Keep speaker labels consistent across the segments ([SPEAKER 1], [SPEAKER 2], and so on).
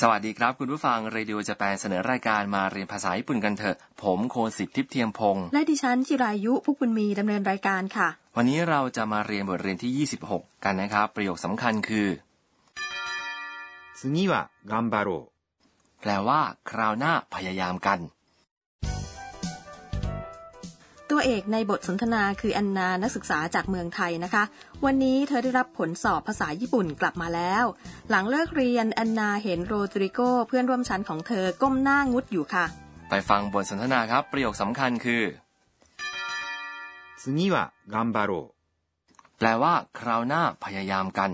[SPEAKER 1] สวัสดีครับ คุณผู้ฟังเรดิโอจะแปลเสนอรายการมาเรียนภาษาญี่ปุ่นกันเถอะ ผมโคสิทธิ์ทิพย์เทียมพงศ์
[SPEAKER 2] และดิฉันจิรายุผู้บุญมีดำเนินรายการค่ะ
[SPEAKER 1] วันนี้เราจะมาเรียนบทเรียนที่ 26 กันนะครับ ประโยคสำคัญคือ
[SPEAKER 3] 次は頑張ろ
[SPEAKER 1] แปลว่า คราวหน้าพยายามกัน
[SPEAKER 2] ตัวเอกในบทสนทนาคือแอนนานักศึกษาจากเมืองไทยนะคะ วันนี้เธอได้รับผลสอบภาษาญี่ปุ่นกลับมาแล้ว หลังเลิกเรียนแอนนาเห็นโรดริโกเพื่อนร่วมชั้นของเธอก้มหน้างุดอยู่ค่ะ
[SPEAKER 1] ไปฟังบทสนทนาครับ ประโยคสำคัญคือ
[SPEAKER 3] う次は頑張ろ
[SPEAKER 1] แปลว่า คราวหน้าพยายามกัน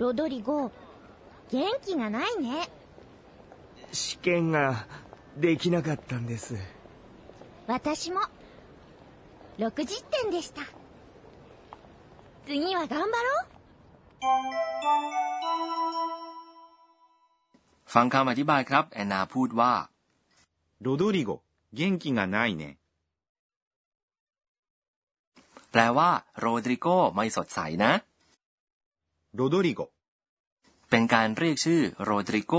[SPEAKER 4] ロドリゴ元気がないね
[SPEAKER 5] 試験ができなかったんです
[SPEAKER 4] 私も60点でした次は頑張ろう
[SPEAKER 1] ฟังคำอธิบายครับ แอนนาพูดว่า
[SPEAKER 3] うロドリゴ元気がないね
[SPEAKER 1] แปลว่า โรดริโกไม่สดใสนะ
[SPEAKER 3] ロドリゴ
[SPEAKER 1] เป็นการเรียกชื่อโรดริโก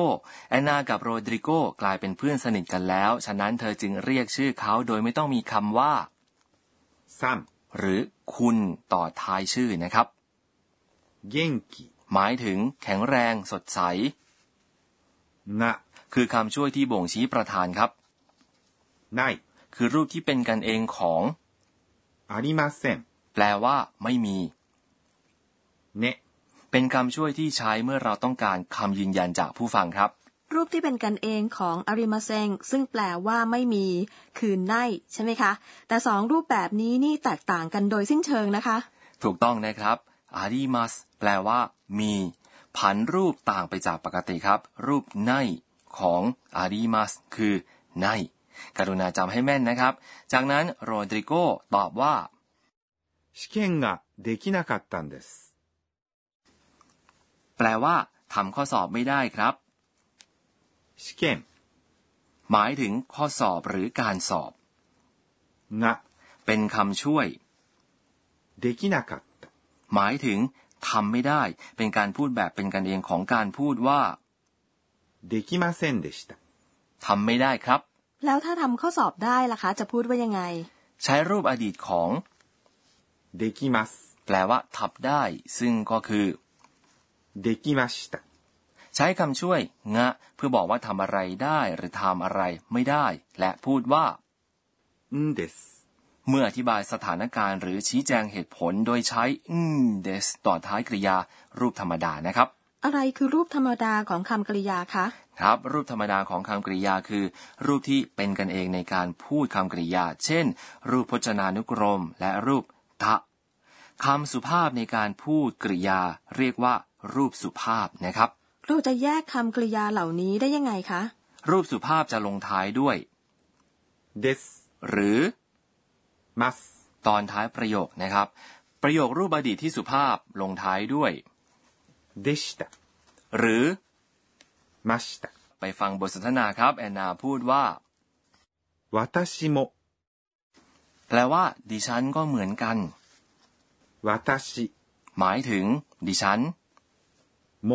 [SPEAKER 1] แอนนากับโรดริโกกลายเป็นเพื่อนสนิทกันแล้ว ฉะนั้นเธอจึงเรียกชื่อเขาโดยไม่ต้องมีคำว่า
[SPEAKER 3] さん
[SPEAKER 1] หรือคุณต่อท้ายชื่อนะครับ
[SPEAKER 3] 元気
[SPEAKER 1] หมายถึงแข็งแรงสดใส
[SPEAKER 3] が
[SPEAKER 1] คือคำช่วยที่บ่งชี้ประธานครับ
[SPEAKER 3] ない
[SPEAKER 1] คือรูปที่เป็นกันเองของ
[SPEAKER 3] ありません
[SPEAKER 1] แปลว่า ไม่มี
[SPEAKER 3] ね
[SPEAKER 1] เป็นคำช่วยที่ใช้เมื่อเราต้องการคำยืนยันจากผู้ฟังครับ
[SPEAKER 2] รูปที่เป็นกันเองของอาริมาเซงซึ่งแปลว่าไม่มี คือไนใช่ไหมคะ แต่สองรูปแบบนี้นี่แตกต่างกันโดยสิ้นเชิงนะคะ
[SPEAKER 1] ถูกต้องนะครับ อาริมัสแปลว่า มี ผันรูปต่างไปจากปกติครับ รูปไนของอาริมัสคือไนกรุณาจำให้แม่นนะครับ จากนั้นโรดริโกตอบว่า
[SPEAKER 3] 試験ができなかったんです
[SPEAKER 1] แปลว่าทำข้อสอบไม่ได้ครับ
[SPEAKER 3] 試験
[SPEAKER 1] หมายถึงข้อสอบหรือการสอบ
[SPEAKER 3] が
[SPEAKER 1] เป็นคำช่วย
[SPEAKER 3] できなかった
[SPEAKER 1] หมายถึงทำไม่ได้ เป็นการพูดแบบเป็นกันเองของการพูดว่า
[SPEAKER 3] できませんでした
[SPEAKER 1] ทำไม่ได้ครับ
[SPEAKER 2] แล้วถ้าทำข้อสอบได้ล่ะคะ จะพูดว่ายังไง
[SPEAKER 1] ใช้รูปอดีตของ
[SPEAKER 3] できます
[SPEAKER 1] แปลว่าทับได้ ซึ่งก็คือ
[SPEAKER 3] できました
[SPEAKER 1] ใช้คำช่วย งะ เพื่อบอกว่าทำอะไรได้หรือทำอะไรไม่ได้ และพูดว่า
[SPEAKER 3] んです
[SPEAKER 1] เมื่ออธิบายสถานการณ์หรือชี้แจงเหตุผลโดยใช้ อืมเดสต่อท้ายกริยา รูปธรรมดานะครับ
[SPEAKER 2] อะไรคือรูปธรรมดาของคำกริยาคะ
[SPEAKER 1] ครับ รูปธรรมดาของคำกริยาคือ รูปที่เป็นกันเองในการพูดคำกริยา เช่น รูปพจนานุกรม และรูปทะคำสุภาพในการพูดกริยา เรียกว่า รูปสุภาพนะครับ
[SPEAKER 2] เราจะแยกคำกริยาเหล่านี้ได้ยังไงคะ
[SPEAKER 1] รูปสุภาพจะลงท้ายด้วย
[SPEAKER 3] です
[SPEAKER 1] หรือ
[SPEAKER 3] ます
[SPEAKER 1] ตอนท้ายประโยคนะครับ ประโยครูปอดีตที่สุภาพลงท้ายด้วย
[SPEAKER 3] でした
[SPEAKER 1] หรือ
[SPEAKER 3] ました
[SPEAKER 1] ไปฟังบทสนทนาครับ แอนนาพูดว่า
[SPEAKER 3] 私も
[SPEAKER 1] แปลว่า ดิฉันก็เหมือนกัน
[SPEAKER 3] 私
[SPEAKER 1] หมายถึง ดิฉัน
[SPEAKER 3] も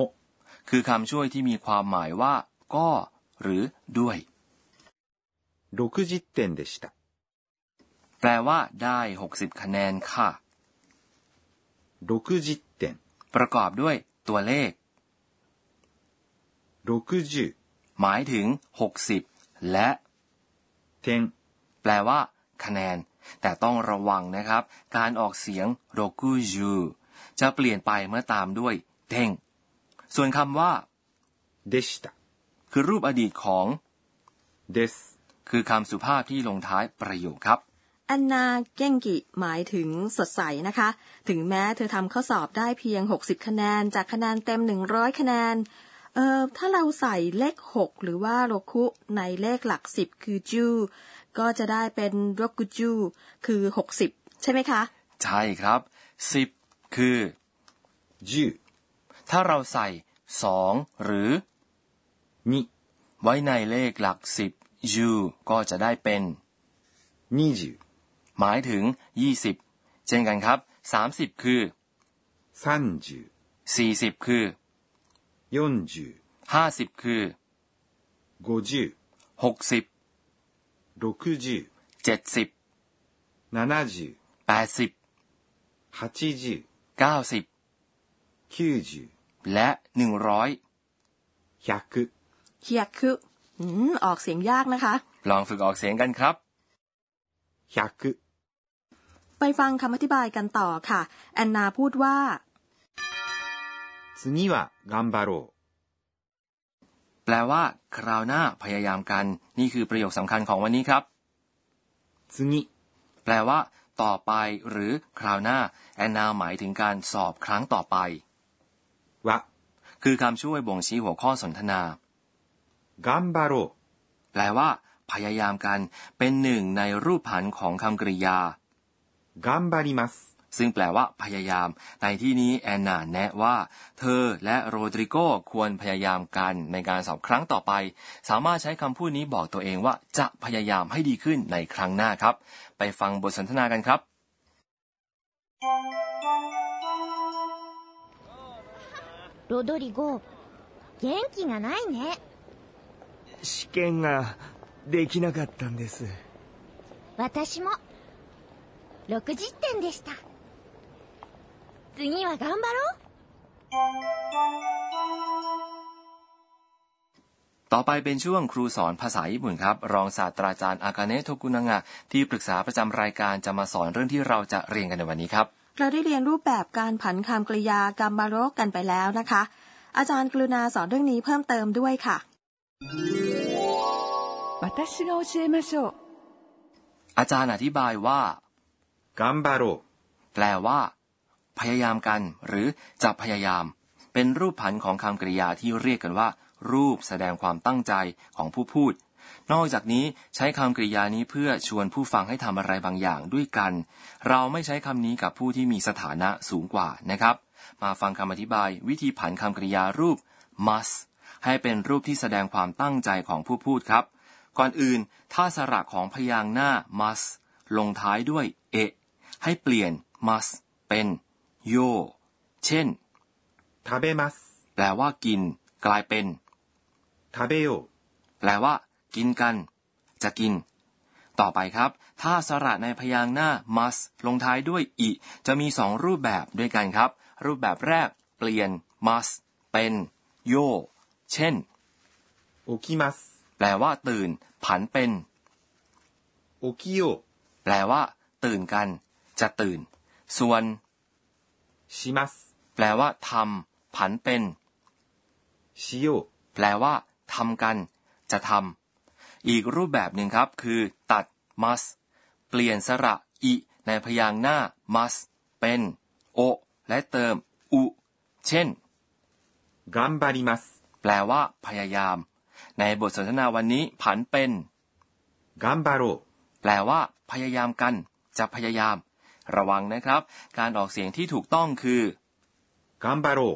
[SPEAKER 1] คือคำช่วยที่มีความหมายว่า ก็ หรือด้วย
[SPEAKER 3] 60点でした
[SPEAKER 1] แปลว่า ได้ 60 คะแนนค่ะ
[SPEAKER 3] 60点
[SPEAKER 1] ประกอบด้วยตัวเลข
[SPEAKER 3] 60
[SPEAKER 1] หมายถึง 60 และ
[SPEAKER 3] 点
[SPEAKER 1] แปลว่า คะแนน แต่ต้องระวังนะครับ การออกเสียงโรกุจูจะเปลี่ยนไปเมื่อตามด้วย เท่ง ส่วนคำว่า
[SPEAKER 3] でした
[SPEAKER 1] คือรูปอดีตของ
[SPEAKER 3] です
[SPEAKER 1] คือคำสุภาพที่ลงท้ายประโยคครับ
[SPEAKER 2] อันนาเก้งกิหมายถึงสดใสนะคะ ถึงแม้เธอทำข้อสอบได้เพียง 60 คะแนน จากคะแนนเต็ม 100 คะแนน เอ่อ ถ้าเราใส่เลข 6 หรือว่าโรคุในเลขหลัก 10 คือจู ก็จะได้เป็นโรกุจู คือ 60 ใช่ไหมคะ
[SPEAKER 1] ใช่ครับ 10 คือ
[SPEAKER 3] 10
[SPEAKER 1] ถ้าเราใส่ 2 หรือ
[SPEAKER 3] に
[SPEAKER 1] ไว้ในเลขหลัก 10ยูก็จะได้เป็น
[SPEAKER 3] 20
[SPEAKER 1] หมายถึง 20 เช่นกันครับ 30 คือ
[SPEAKER 3] 30
[SPEAKER 1] 40 คือ
[SPEAKER 3] 40、
[SPEAKER 1] 50 คือ
[SPEAKER 3] 50、
[SPEAKER 1] 60
[SPEAKER 3] 60、
[SPEAKER 1] 70
[SPEAKER 3] 70、
[SPEAKER 1] 80
[SPEAKER 3] 80、
[SPEAKER 1] 90
[SPEAKER 3] 90、
[SPEAKER 1] และ 100
[SPEAKER 3] 100、
[SPEAKER 2] เฮียคุอืมออกเสียงยากนะคะ
[SPEAKER 1] ลองฝึกออกเสียงกันครับ
[SPEAKER 3] 100、
[SPEAKER 2] ไปฟังคำอธิบายกันต่อค่ะ แอนนาพูดว่า
[SPEAKER 3] 次は頑張ろ
[SPEAKER 1] แปลว่า คราวหน้าพยายามกัน นี่คือประโยคสำคัญของวันนี้ครับ
[SPEAKER 3] う。次、
[SPEAKER 1] แปลว่า ต่อไป หรือ คราวหน้า แอนนาหมายถึงการสอบครั้งต่อไป
[SPEAKER 3] は、
[SPEAKER 1] คือคำช่วยบ่งชี้หัวข้อสนทนา
[SPEAKER 3] 頑張ろ
[SPEAKER 1] แปลว่า พยายามกัน เป็นหนึ่งในรูปผันของคำกริยา
[SPEAKER 3] う。頑張ります。
[SPEAKER 1] ซึ่งแปลว่า พยายาม ในที่นี้แอนนาแนะว่า เธอและโรดริโกควรพยายามกันในการสอบครั้งต่อไป สามารถใช้คำพูดนี้บอกตัวเองว่าจะพยายามให้ดีขึ้นในครั้งหน้าครับ ไปฟังบทสนทนากันครับ
[SPEAKER 4] ロドリゴ元気がないね
[SPEAKER 5] 試験ができなかったんです
[SPEAKER 4] 私も60点でした次は頑張ろう
[SPEAKER 1] ต่อไปเป็นช่วงครูสอนภาษาญี่ปุ่นครับ รองศาสตราจารย์อากาเนะโทกุนางะที่ปรึกษาประจำรายการจะมาสอนเรื่องที่เราจะเรียนกันในวันนี้ครับ
[SPEAKER 2] เราได้เรียนรูปแบบการผันคำกริยากรรมบารกกันไปแล้วนะคะ อาจารย์กรุณาสอนเรื่องนี้เพิ่มเติมด้วยค่ะ
[SPEAKER 6] 私が教えましょう
[SPEAKER 1] อาจารย์อธิบายว่า
[SPEAKER 3] 頑張ろ
[SPEAKER 1] แปลว่า พยายามกัน หรือจะพยายาม เป็นรูปผันของคำกริยาที่เรียกกันว่า รูปแสดงความตั้งใจของผู้พูด นอกจากนี้ใช้คำกริยานี้เพื่อชวนผู้ฟังให้ทำอะไรบางอย่างด้วยกัน เราไม่ใช้คำนี้กับผู้ที่มีสถานะสูงกว่านะครับ มาฟังคำอธิบายวิธีผันคำกริยารูป must ให้เป็นรูปที่แสดงความตั้งใจของผู้พูดครับ ก่อนอื่น ถ้าสระของพยางค์หน้า must ลงท้ายด้วยเอ ให้เปลี่ยน must เป็นโยเช่น
[SPEAKER 3] う。食べます。
[SPEAKER 1] แปลว่ากิน กลายเป็น
[SPEAKER 3] 食べよ
[SPEAKER 1] แปลว่า กินกัน จะกิน ต่อไปครับ ถ้าสระในพยางค์หน้า must ลงท้ายด้วยอิจะมีสองรูปแบบด้วยกันครับ รูปแบบแรก เปลี่ยน must เป็นโยเช่น
[SPEAKER 3] う。起きます。
[SPEAKER 1] แปลว่า ตื่น ผันเป็น
[SPEAKER 3] 起きよう。
[SPEAKER 1] แปลว่า ตื่นกัน จะตื่น ส่วน
[SPEAKER 3] します。
[SPEAKER 1] แปลว่าทำผันเป็น
[SPEAKER 3] しよう。
[SPEAKER 1] แปลว่าทำกัน จะทำอีกรูปแบบหนึ่งครับ คือ ตัด must เปลี่ยนสระอิในพยางค์หน้า must เป็นโอและเติมอุเช่น
[SPEAKER 3] 頑張ります。
[SPEAKER 1] แปลว่า พยายาม ในบทสนทนาวันนี้ผันเป็น
[SPEAKER 3] 頑張ろ
[SPEAKER 1] แปลว่า พยายามกัน จะพยายาม ระวังนะครับ การออกเสียงที่ถูกต้องคือ
[SPEAKER 3] う。頑張ろう。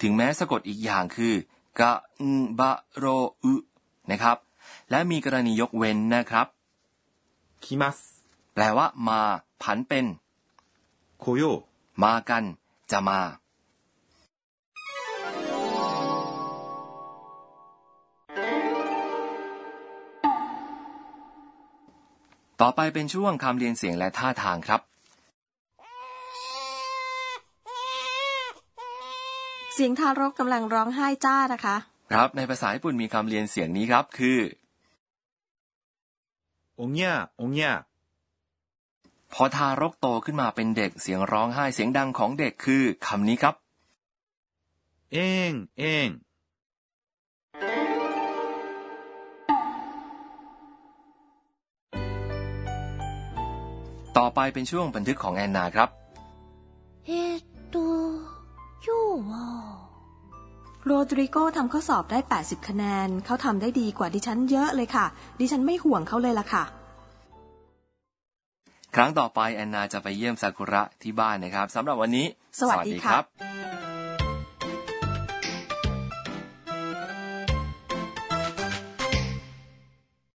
[SPEAKER 1] ถึงแม้สะกดอีกอย่างคือกะนบะโรอุนะครับ และมีกรณียกเว้นนะครับ
[SPEAKER 3] 来ます。
[SPEAKER 1] แปลว่า มาผันเป็น
[SPEAKER 3] 来よ
[SPEAKER 1] มากัน จะมา ต่อไปเป็นช่วงคำเรียนเสียงและท่าทางครับ
[SPEAKER 2] เสียงทารกกำลังร้องไห้จ้านะคะ
[SPEAKER 1] ครับ ในภาษาญี่ปุ่นมีคำเรียนเสียงนี้ครับ คือ
[SPEAKER 3] う。おにゃーおにゃ
[SPEAKER 1] พอทารกโตขึ้นมาเป็นเด็กเสียงร้องไห้เสียงดังของเด็กคือคำนี้ครับ
[SPEAKER 3] ー。えーんえーん。
[SPEAKER 1] ต่อไปเป็นช่วงบันทึกของแอนนาครับ
[SPEAKER 4] えー、っと今日は
[SPEAKER 2] โรดริโกทำข้อสอบได้ 80 คะแนน เขาทำได้ดีกว่าดิฉันเยอะเลยค่ะ ดิฉันไม่ห่วงเขาเลยล่ะค่ะ
[SPEAKER 1] ครั้งต่อไปแอนนาจะไปเยี่ยมซากุระที่บ้านนะครับสำหรับวันนี้
[SPEAKER 2] สวัสดีครับ
[SPEAKER 1] สวัสดี